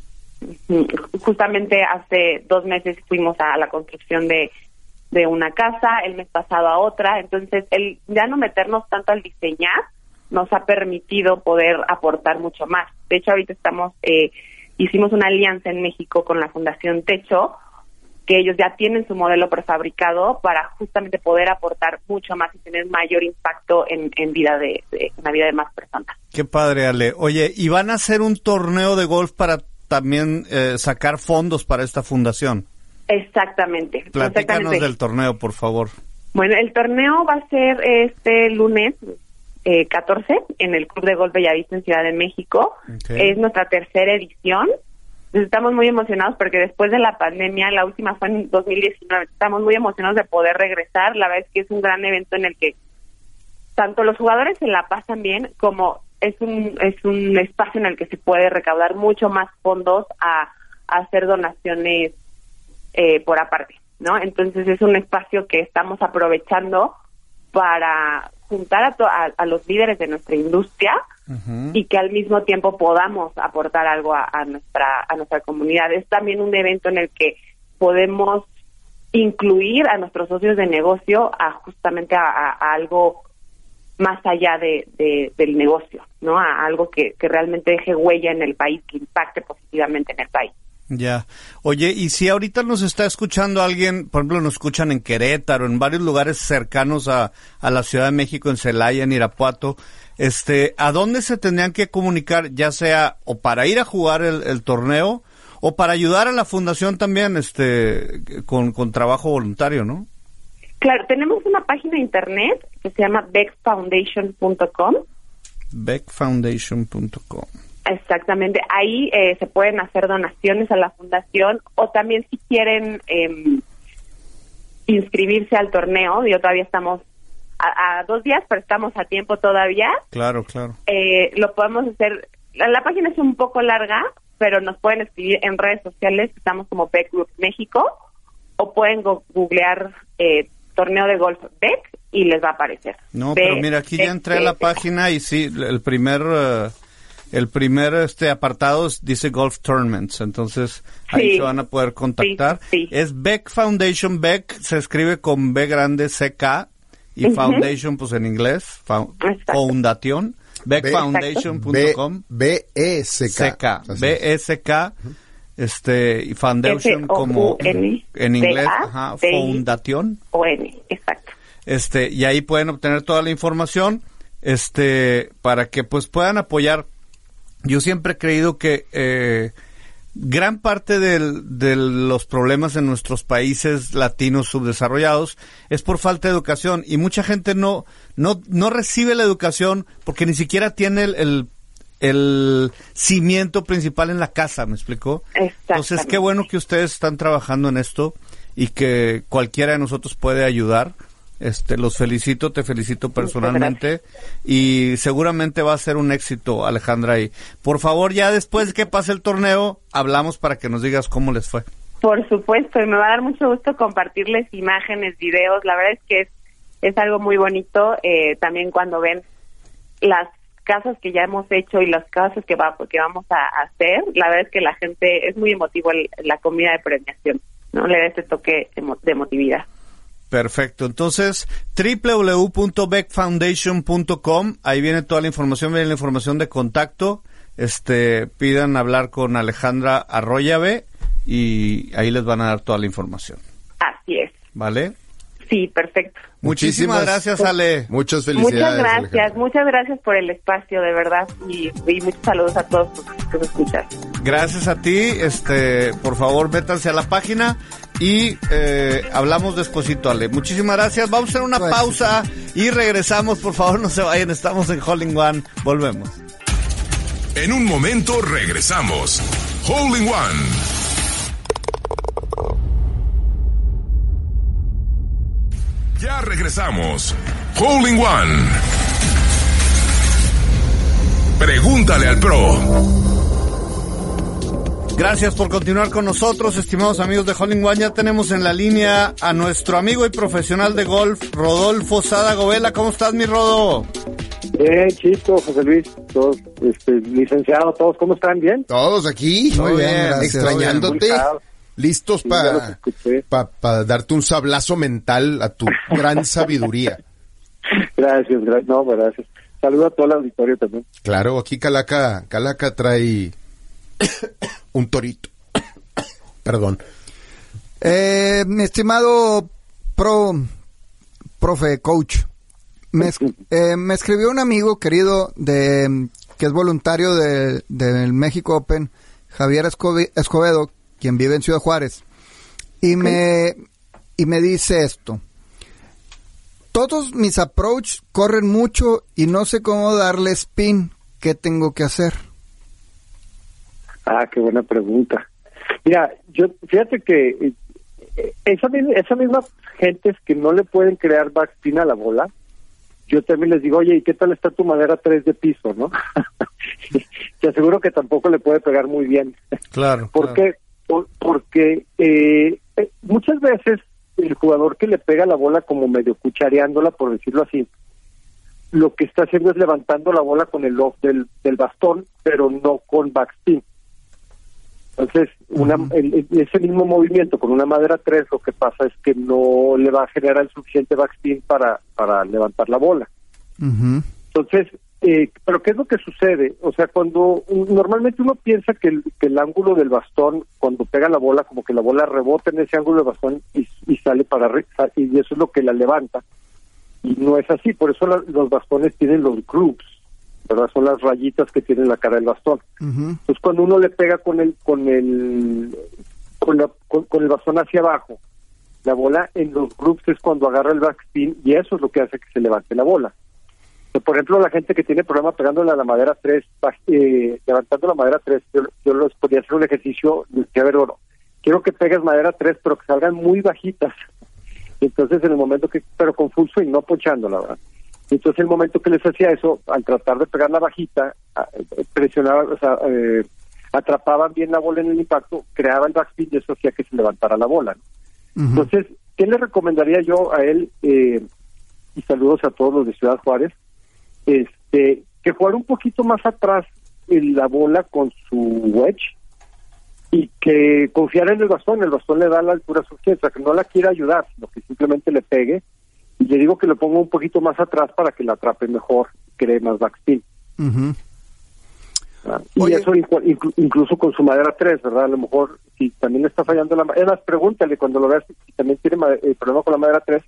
Mm, Justamente hace dos meses fuimos a la construcción de, de una casa, el mes pasado a otra, entonces el ya no meternos tanto al diseñar nos ha permitido poder aportar mucho más. De hecho, ahorita estamos, eh, hicimos una alianza en México con la Fundación Techo, que ellos ya tienen su modelo prefabricado para justamente poder aportar mucho más y tener mayor impacto en, en vida de, de- en la vida de más personas. Qué padre, Ale. Oye, ¿y van a hacer un torneo de golf para también eh, sacar fondos para esta fundación? Exactamente. Platícanos exactamente. del torneo, por favor. Bueno, el torneo va a ser este lunes eh, 14 en el Club de Golf Bellavista en Ciudad de México. Ok. Es nuestra tercera edición. Estamos muy emocionados porque después de la pandemia, la última fue en 2019, estamos muy emocionados de poder regresar. La verdad es que es un gran evento en el que tanto los jugadores se la pasan bien como es un es un espacio en el que se puede recaudar mucho más fondos a, a hacer donaciones eh, por aparte, ¿no? Entonces es un espacio que estamos aprovechando para juntar a, to- a- a los líderes de nuestra industria y que al mismo tiempo podamos aportar algo a, a nuestra a nuestra comunidad. Es también un evento en el que podemos incluir a nuestros socios de negocio a justamente a, a- a algo más allá de, de- del negocio, ¿no? A algo que, que realmente deje huella en el país, que impacte positivamente en el país. Ya. Oye, y si ahorita nos está escuchando alguien, por ejemplo, nos escuchan en Querétaro, en varios lugares cercanos a, a la Ciudad de México, en Celaya, en Irapuato, este, ¿a dónde se tendrían que comunicar, ya sea o para ir a jugar el, el torneo o para ayudar a la fundación también, este, con, con trabajo voluntario, ¿no? Claro, tenemos una página de internet que se llama beckfoundation.com. Beckfoundation.com. Exactamente, ahí eh, se pueden hacer donaciones a la fundación o también si quieren eh, inscribirse al torneo, yo todavía estamos a, a, dos días, pero estamos a tiempo todavía. Claro, claro. Eh, lo podemos hacer, la, la, página es un poco larga, pero nos pueden escribir en redes sociales, estamos como Beck Group México, o pueden go googlear eh, torneo de golf Beck y les va a aparecer. No, Beck, pero mira, aquí ya entré Beck, a la Beck. página y sí, el primer... Uh, el primer este apartado dice Golf Tournaments, entonces ahí sí, se van a poder contactar. Sí, sí. Es Beck Foundation, Beck se escribe con B grande CK y uh -huh. Foundation pues en inglés, Foundation, beckfoundation.com. B E C K. B E C K este y Foundation como en inglés, ajá, Foundation. O N, exacto. Este, y ahí pueden obtener toda la información este para que pues puedan apoyar yo siempre he creído que eh, gran parte del, de los problemas en nuestros países latinos subdesarrollados es por falta de educación y mucha gente no no no recibe la educación porque ni siquiera tiene el, el, el cimiento principal en la casa, ¿me explicó? Entonces, qué bueno que ustedes están trabajando en esto y que cualquiera de nosotros puede ayudar. Este, los felicito, te felicito personalmente y seguramente va a ser un éxito, Alejandra. Y por favor, ya después que pase el torneo, hablamos para que nos digas cómo les fue. Por supuesto, y me va a dar mucho gusto compartirles imágenes, videos. La verdad es que es, es algo muy bonito eh, también cuando ven las casas que ya hemos hecho y las casas que, va, que vamos a hacer. La verdad es que la gente es muy emotivo el, la comida de premiación, ¿no? Le da este toque de emotividad. Perfecto. Entonces, www.beckfoundation.com, ahí viene toda la información, viene la información de contacto. Este, pidan hablar con Alejandra Arroyave y ahí les van a dar toda la información. Así es. ¿Vale? Sí, perfecto. Muchísimas, Muchísimas gracias, Ale. Muchas felicidades. Muchas gracias, Alejandra. muchas gracias por el espacio, de verdad, y, y muchos saludos a todos que nos escuchan. Gracias a ti, este, por favor, métanse a la página y eh, hablamos despuesito, Ale. Muchísimas gracias. Vamos a hacer una gracias. pausa y regresamos. Por favor, no se vayan. Estamos en Holling One. Volvemos. En un momento regresamos. Holling One. Ya regresamos. Holling One. Pregúntale al pro. Gracias por continuar con nosotros, estimados amigos de Holling One. Ya tenemos en la línea a nuestro amigo y profesional de golf, Rodolfo Sada Govela. ¿Cómo estás, mi Rodo? Bien, Chito, José Luis, todos, este, licenciado, todos, ¿cómo están? ¿Bien? Todos aquí, muy, muy bien, bien gracias, extrañándote. Bien, listos sí, para pa, pa darte un sablazo mental a tu gran sabiduría. Gracias, gracias, no, gracias. Saludo a todo el auditorio también. Claro, aquí Calaca, Calaca trae un torito. Perdón. Eh, mi estimado pro, profe, coach, me, es, eh, me, escribió un amigo querido de que es voluntario del de México Open, Javier Escobedo, quien vive en Ciudad Juárez, y me, y me dice esto. Todos mis approach corren mucho y no sé cómo darle spin. ¿Qué tengo que hacer? Ah, qué buena pregunta. Mira, yo fíjate que eh, esa, esa misma gentes que no le pueden crear backspin a la bola, yo también les digo, oye, ¿y qué tal está tu madera 3 de piso, no? Te aseguro que tampoco le puede pegar muy bien. Claro. claro. ¿Por Qué? Por, porque eh, muchas veces el jugador que le pega la bola como medio cuchareándola, por decirlo así, lo que está haciendo es levantando la bola con el off del, del bastón, pero no con backspin. Entonces, una, el, ese mismo movimiento con una madera 3 lo que pasa es que no le va a generar el suficiente backspin para, para levantar la bola. Uh -huh. Entonces, eh, ¿pero qué es lo que sucede? O sea, cuando normalmente uno piensa que el, que el ángulo del bastón, cuando pega la bola, como que la bola rebota en ese ángulo del bastón y, y sale para arriba, y eso es lo que la levanta. Y no es así, por eso la, los bastones tienen los grooves. ¿verdad? Son las rayitas que tiene la cara del bastón. Uh -huh. Entonces cuando uno le pega con el con el con, la, con, con, el bastón hacia abajo, La bola en los groups es cuando agarra el backspin y eso es lo que hace que se levante la bola. Por ejemplo, la gente que tiene problema pegándole a la madera 3, eh, levantando la madera 3, yo, yo los podría hacer un ejercicio de ver oro. Quiero que pegues madera 3, pero que salgan muy bajitas. Entonces, en el momento que, pero con full swing, no ponchándola, ¿verdad? Entonces, el momento que les hacía eso, al tratar de pegar la bajita, eh, presionaban, o sea, eh, atrapaban bien la bola en el impacto, creaban backspin y eso hacía que se levantara la bola. ¿no? Uh -huh. Entonces, ¿qué le recomendaría yo a él? Eh, y saludos a todos los de Ciudad Juárez este que jugar un poquito más atrás en la bola con su wedge y que confiar en el bastón, el bastón le da la altura suficiente, o sea, que no la quiera ayudar, sino que simplemente le pegue y le digo que lo ponga un poquito más atrás para que la atrape mejor, cree más backspin. Uh -huh. ah, y Oye. eso inclu incluso con su madera 3, ¿verdad? A lo mejor si también le está fallando la madera, además pregúntale cuando lo veas si también tiene el problema con la madera 3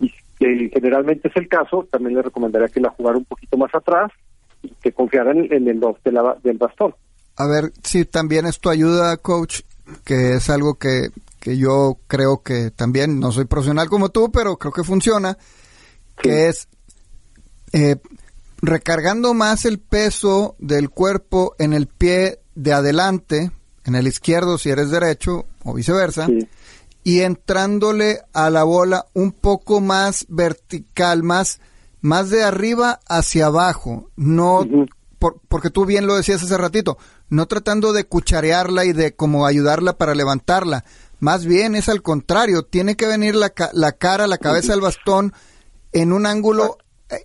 y que generalmente es el caso, también le recomendaría que la jugara un poquito más atrás y que confiara en, en el de la, del bastón. A ver si sí, también esto ayuda, coach, que es algo que, que, yo creo que también, no soy profesional como tú, pero creo que funciona, sí. que es eh, recargando más el peso del cuerpo en el pie de adelante, en el izquierdo si eres derecho o viceversa. Sí y entrándole a la bola un poco más vertical, más, más de arriba hacia abajo, no uh -huh. por, porque tú bien lo decías hace ratito, no tratando de cucharearla y de como ayudarla para levantarla, más bien es al contrario, tiene que venir la, la cara, la cabeza al uh -huh. bastón en un ángulo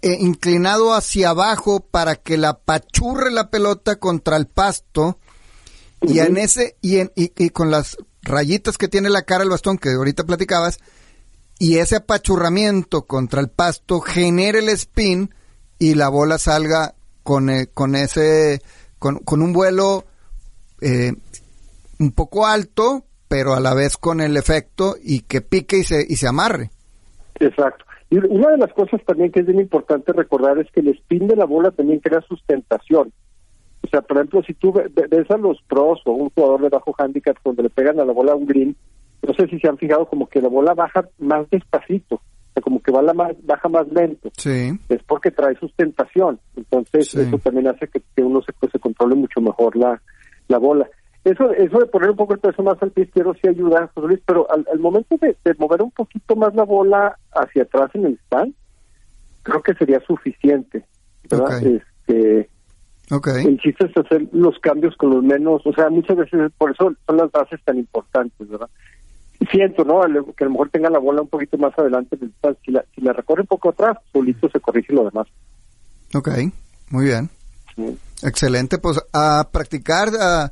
eh, inclinado hacia abajo para que la pachurre la pelota contra el pasto uh -huh. y en ese y, en, y, y con las rayitas que tiene la cara el bastón que ahorita platicabas y ese apachurramiento contra el pasto genera el spin y la bola salga con, eh, con ese con, con, un vuelo eh, un poco alto pero a la vez con el efecto y que pique y se, y se amarre exacto y una de las cosas también que es bien importante recordar es que el spin de la bola también crea sustentación o sea, por ejemplo, si tú ves a los pros o un jugador de bajo handicap cuando le pegan a la bola a un green, no sé si se han fijado como que la bola baja más despacito, o sea, como que va la más, baja más lento. Sí. Es porque trae sustentación. Entonces, sí. eso también hace que, que uno se, pues, se, controle mucho mejor la, la bola. Eso, eso de poner un poco el peso más al pie izquierdo sí ayuda, José Luis, pero al, al momento de, de, mover un poquito más la bola hacia atrás en el stand, creo que sería suficiente. ¿verdad? Okay. Este, Okay. El chiste es hacer los cambios con los menos, o sea, muchas veces por eso son las bases tan importantes, ¿verdad? Siento, ¿no? Que a lo mejor tenga la bola un poquito más adelante, si la, si la recorre un poco atrás, solito se corrige lo demás. Ok, muy bien. Sí. Excelente, pues a practicar a,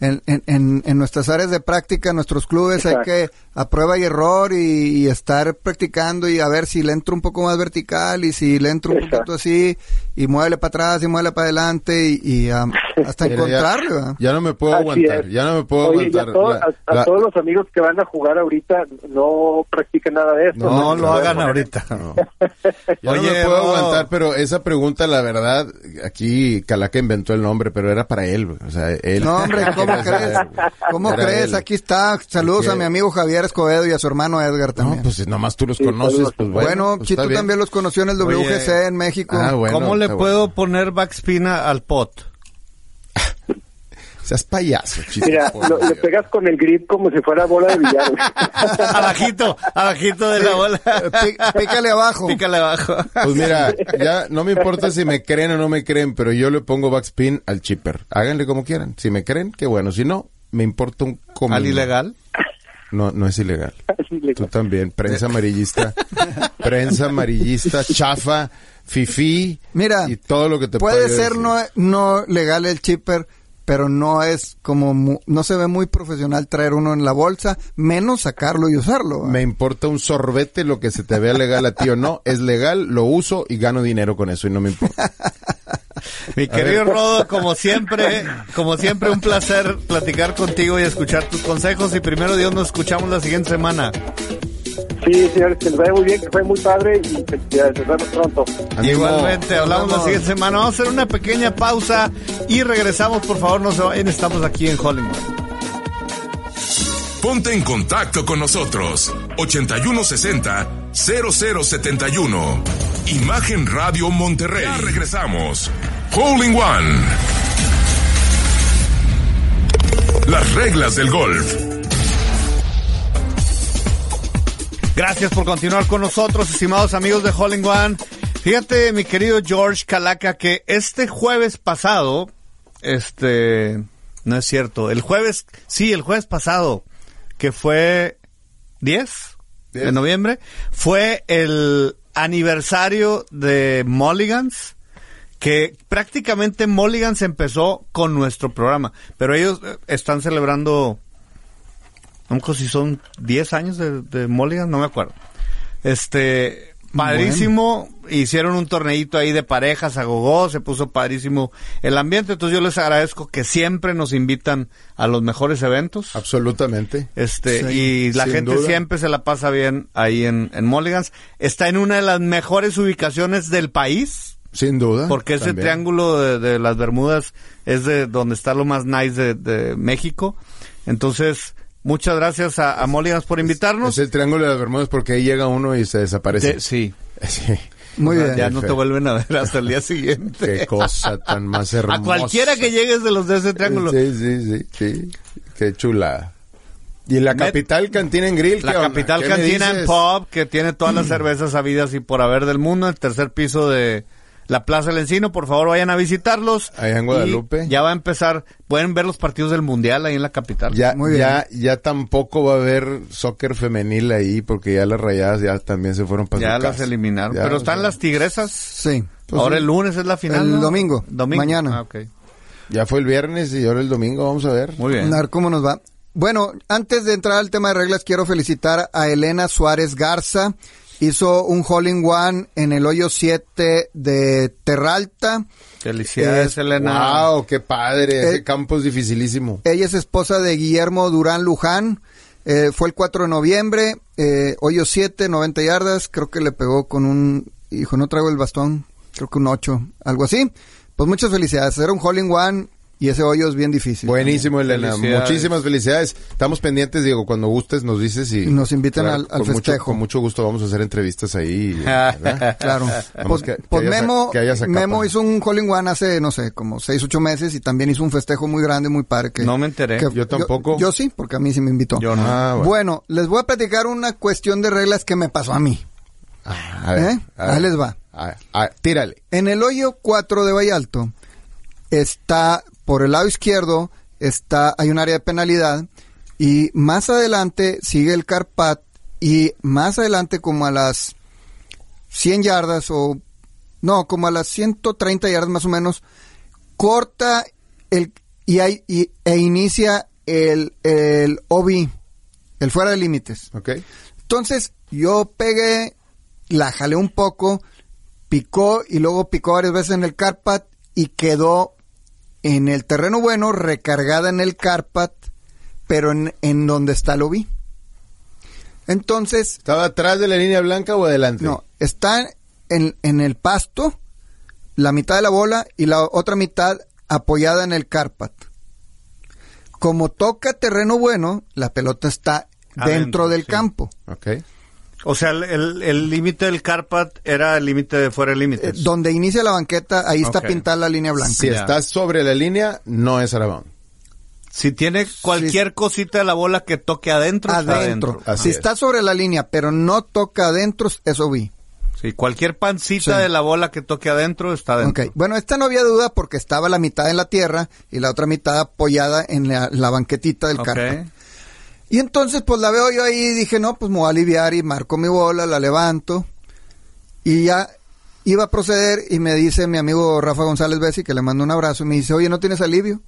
en, en, en, nuestras áreas de práctica, en nuestros clubes, Exacto. hay que a prueba y error y, y, estar practicando y a ver si le entro un poco más vertical y si le entro un Exacto. poquito así y muévele para atrás y muévele para adelante y, y um, hasta encontrarlo. Ya, ya, no me puedo así aguantar, es. ya no me puedo Oye, aguantar. A, todo, a, a, todos los amigos que van a jugar ahorita, no practiquen nada de esto. No, no lo hagan ahorita. No. ya Oye, no me puedo no. aguantar, pero esa pregunta, la verdad, aquí Calaca inventó el nombre, pero era para él. O sea, él no, hombre, ¿cómo crees? ¿Cómo era crees? Él. Aquí está. Saludos a mi amigo Javier Escobedo y a su hermano Edgar también. No, pues nomás tú los sí, conoces. Pues, bueno, bueno pues, si tú bien. también los conoció en el WGC Oye, en México. Ah, bueno, ¿Cómo le puedo bueno. poner backspin al pot? Seas payaso, chiste. Mira, lo, le pegas con el grip como si fuera bola de billar. abajito, abajito de sí, Eh, la bola. Pí, pícale abajo. Pícale abajo. Pues mira, ya no me importa si me creen o no me creen, pero yo le pongo backspin al chipper. Háganle como quieran. Si me creen, qué bueno. Si no, me importa un comino. ¿Al ilegal? No, no es ilegal. es ilegal. Tú también, prensa amarillista. prensa amarillista, chafa, fifí. Mira, y todo lo que te puede, puede ser no, no legal el chipper, pero no es como, mu no se ve muy profesional traer uno en la bolsa, menos sacarlo y usarlo. Me importa un sorbete lo que se te vea legal a ti o no. Es legal, lo uso y gano dinero con eso y no me importa. Mi querido Rodo, como siempre, como siempre, un placer platicar contigo y escuchar tus consejos. Y primero Dios, nos escuchamos la siguiente semana. Sí, señores, que les vaya muy bien, que fue muy padre y felicidades, nos vemos pronto. Amigo, Igualmente, hablamos vamos. la siguiente semana. Vamos a hacer una pequeña pausa y regresamos, por favor, no se vayan, estamos aquí en Hollywood. Ponte en contacto con nosotros. 8160-0071. Imagen Radio Monterrey. Ya regresamos. Holding One. Las reglas del golf. Gracias por continuar con nosotros, estimados amigos de Holling One. Fíjate, mi querido George Calaca, que este jueves pasado, este, no es cierto, el jueves, sí, el jueves pasado, que fue 10 de Diez. noviembre, fue el aniversario de Mulligans, que prácticamente Mulligans empezó con nuestro programa, pero ellos eh, están celebrando no me acuerdo si son 10 años de, de Mulligan, no me acuerdo. Este, padrísimo, hicieron un torneito ahí de parejas a gogó, se puso padrísimo el ambiente, entonces yo les agradezco que siempre nos invitan a los mejores eventos. Absolutamente. Este, Sí, y la sin gente duda. siempre se la pasa bien ahí en, en Mulligans. Está en una de las mejores ubicaciones del país, Sin duda. porque ese Ah, también. triángulo de, de las Bermudas es de donde está lo más nice de, de México. Entonces, muchas gracias a, a Mulligans por invitarnos. Es el triángulo de las Bermudas porque ahí llega uno y se desaparece. Te- sí. Sí. Muy Ya- bien. Ya no te Feo. vuelven a ver hasta el día siguiente. Qué cosa tan más hermosa. A cualquiera que llegues de los de ese triángulo. Sí, sí, sí, sí. Qué chula. Y la Met- capital cantina en grill. La ¿qué onda? capital ¿Qué me cantina dices? en pop que tiene todas las cervezas habidas y por haber del mundo. El tercer piso de la Plaza del Encino. Por favor, vayan a visitarlos. Allá en Guadalupe. Y ya va a empezar. Pueden ver los partidos del Mundial ahí en la capital. Ya, Muy bien. ya, ya tampoco va a haber soccer femenil ahí porque ya las rayadas ya también se fueron para Ya su las pues, casa. eliminaron. Ya, Pues Pero o están sea, las tigresas. Sí. Ahora el lunes es la final. El ¿no? domingo, mañana. Ah, ok. Ya fue el viernes y ahora el domingo vamos a ver. Muy bien. A ver cómo nos va. Bueno, antes de entrar al tema de reglas, quiero felicitar a Elena Suárez Garza. Hizo un hole in one en el hoyo 7 de Terralta. Felicidades, Es- Elena. Wow, qué padre. Eh, Ese campo es dificilísimo. Ella es esposa de Guillermo Durán Luján. Eh, fue el 4 de noviembre, eh, hoyo 7, 90 yardas. Creo que le pegó con un... Hijo, no traigo el bastón. Creo que un 8, algo así. Pues muchas felicidades. Era un hole in one y ese hoyo es bien difícil. Buenísimo, Elena. Felicidades. Muchísimas felicidades. Estamos pendientes, Diego. Cuando gustes, nos dices y. Y nos invitan al- al con mucho- festejo. con mucho gusto vamos a hacer entrevistas ahí. ¿verdad? Ah, Claro. Vamos, Pues, que- que pues haya sa- Memo, que haya sacapa. Memo hizo un hole in one hace, no sé, como 6, 8 meses y también hizo un festejo muy grande, muy padre. Que, No me enteré. que- Yo tampoco. Yo, sí, porque a mí sí me invitó. Yo no. Ah, bueno. bueno. les voy a platicar una cuestión de reglas que me pasó a mí. Ah, a ver, ¿Eh? a ver. Ahí les va. Ah, ah, tírale. En el hoyo 4 de Vallalto está por el lado izquierdo está hay un área de penalidad y más adelante sigue el carpat y más adelante como a las 100 yardas o no, como a las 130 yardas más o menos corta el y hay y- e inicia el el OB, el fuera de límites. Ok. Entonces, yo pegué, la jalé un poco, picó y luego picó varias veces en el carpat y quedó en el terreno bueno, recargada en el carpat, pero en, en donde está lo vi. Entonces, ¿Estaba atrás de la línea blanca o adelante? no, está en, en el pasto, la mitad de la bola y la otra mitad apoyada en el carpat. Como toca terreno bueno, la pelota está Adentro, dentro del sí. campo. Ok. O sea, el- el el límite del carpat era el límite de fuera de Eh, límites. donde inicia la banqueta, ahí está Ok. pintada la línea blanca. Si estás sobre la línea, no es Arabón. Si tiene cualquier cosita de la bola que toque adentro, está adentro. adentro. Así Si es. está sobre la línea, pero no toca adentro, eso vi. Sí, cualquier pancita Sí. de la bola que toque adentro está adentro. Ok. Bueno, esta no había duda porque estaba la mitad en la tierra y la otra mitad apoyada en la, la banquetita del Ok. carro. Y entonces, pues la veo yo ahí y dije, no, pues me voy a aliviar y marco mi bola, la levanto. Y ya iba a proceder y me dice mi amigo Rafa González Bessi, que le mando un abrazo, y me dice, oye, ¿no tienes alivio?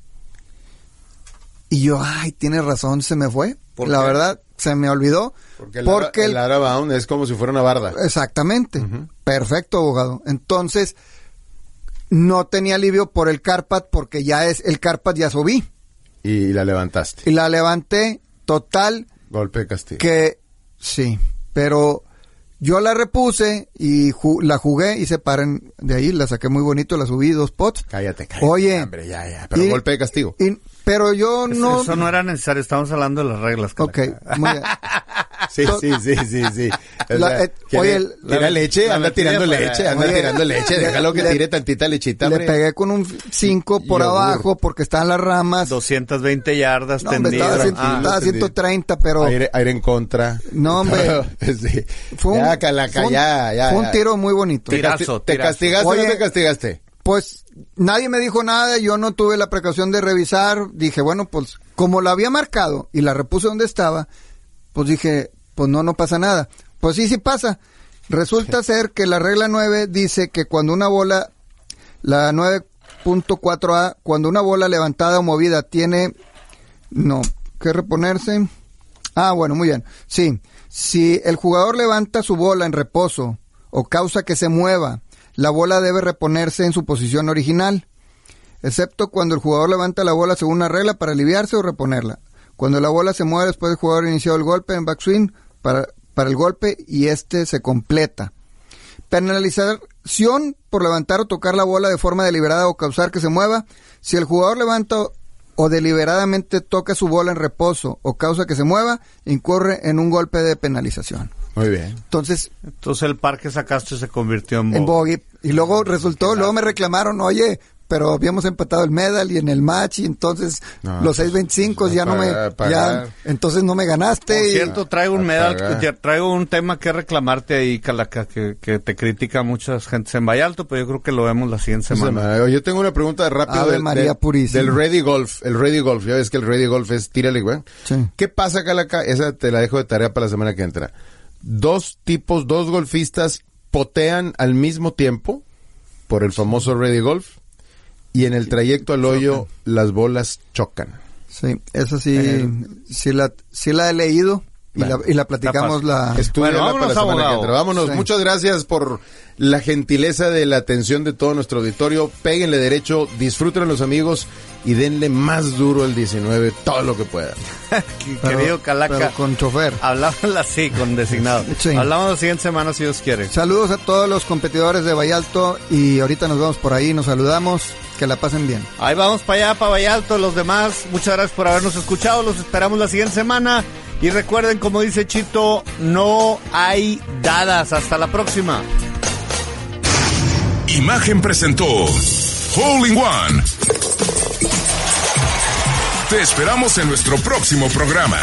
Y yo, ay, tienes razón, se me fue. ¿Por la qué? verdad, se me olvidó. Porque el, porque ara- el- Eh. el Arabón es como si fuera una barda. Exactamente. Perfecto, abogado. Entonces, no tenía alivio por el carpat porque ya es, el carpat ya subí. Y la levantaste. Y la levanté total Golpe de castigo. que sí, pero yo la repuse y ju- la jugué y se paren de ahí, la saqué muy bonito, la subí dos pots. Cállate, cállate. Oye. Hombre, ya, ya. Pero Y- golpe de castigo. y- pero yo Es- no... Eso no era necesario, estamos hablando de las reglas. Ok, Calaca. muy bien. Sí, sí, sí, sí, sí. O La- sea, eh, quiere- oye, el- tira leche, la anda metida tirando para- leche, anda oye, tirando leche, déjalo que le- tire tantita lechita, Le hombre. pegué con un 5 por Yogur. abajo porque estaban las ramas. 220 yardas No, hombre, tendidas. estaba, cien- tranquilo, estaba Ah, entendí. 130, pero Aire, aire en contra. No, hombre. Sí. fue un, ya, calaca, fue un- ya, ya, fue un ya. tiro muy bonito. Te, casti- Tirazo, te tirazo. castigaste o Oye, no te castigaste? Pues nadie me dijo nada, yo no tuve la precaución de revisar. Dije, bueno, pues como la había marcado y la repuse donde estaba, pues dije, pues no, no pasa nada. Pues sí, sí pasa. Resulta ser que la regla 9 dice que cuando una bola, la 9.4A, cuando una bola levantada o movida tiene, no, que reponerse. Ah, bueno, muy bien. Sí, si el jugador levanta su bola en reposo o causa que se mueva, la bola debe reponerse en su posición original, excepto cuando el jugador levanta la bola según una regla para aliviarse o reponerla. Cuando la bola se mueve después del jugador inició el golpe en backswing para, para el golpe y este se completa. Penalización por levantar o tocar la bola de forma deliberada o causar que se mueva. Si el jugador levanta o deliberadamente toca su bola en reposo o causa que se mueva, incorre en un golpe de penalización. Muy bien. Entonces, Entonces el parque sacaste se convirtió en, en bobo. bogey. Y luego resultó, luego me reclamaron, oye, pero habíamos empatado el medal y en el match, y entonces No, los pues, 6.25 ya no para- me, para- ya, entonces no me ganaste. Por y- cierto, traigo un a medal, pagar. ya traigo un tema que reclamarte ahí, Calaca, que, que te critica muchas gentes en Vallarta, pero yo creo que lo vemos la siguiente semana. Semana. Pues, eh, Yo tengo una pregunta rápida Ave del, María del- Purísima. del Ready Golf. El Ready Golf, ya ves que el Ready Golf es tírale, güey. Sí. ¿Qué pasa, Calaca? Esa te la dejo de tarea para la semana que entra. Dos tipos, dos golfistas potean al mismo tiempo por el famoso Ready Golf y en el trayecto al hoyo las bolas chocan. Sí, eso sí, sí, la, sí la he leído y, Eh, Bueno, la, y la platicamos la... Estudiala Bueno, vámonos, para la semana abogado. que entra. Vámonos. Sí. Muchas gracias por la gentileza de la atención de todo nuestro auditorio. Péguenle derecho, disfruten los amigos y denle más duro el 19 todo lo que puedan. pero- Querido Calaca, pero con chofer. hablamos así, con designado. Sí. Hablamos la siguiente semana si Dios quiere. Saludos a todos los competidores de Vallalto y ahorita nos vemos por ahí, nos saludamos, que la pasen bien. Ahí vamos para allá, para Vallalto, los demás. Muchas gracias por habernos escuchado. Los esperamos la siguiente semana. Y recuerden, como dice Chito, no hay dadas. Hasta la próxima. Imagen presentó Hole in One. Te esperamos en nuestro próximo programa.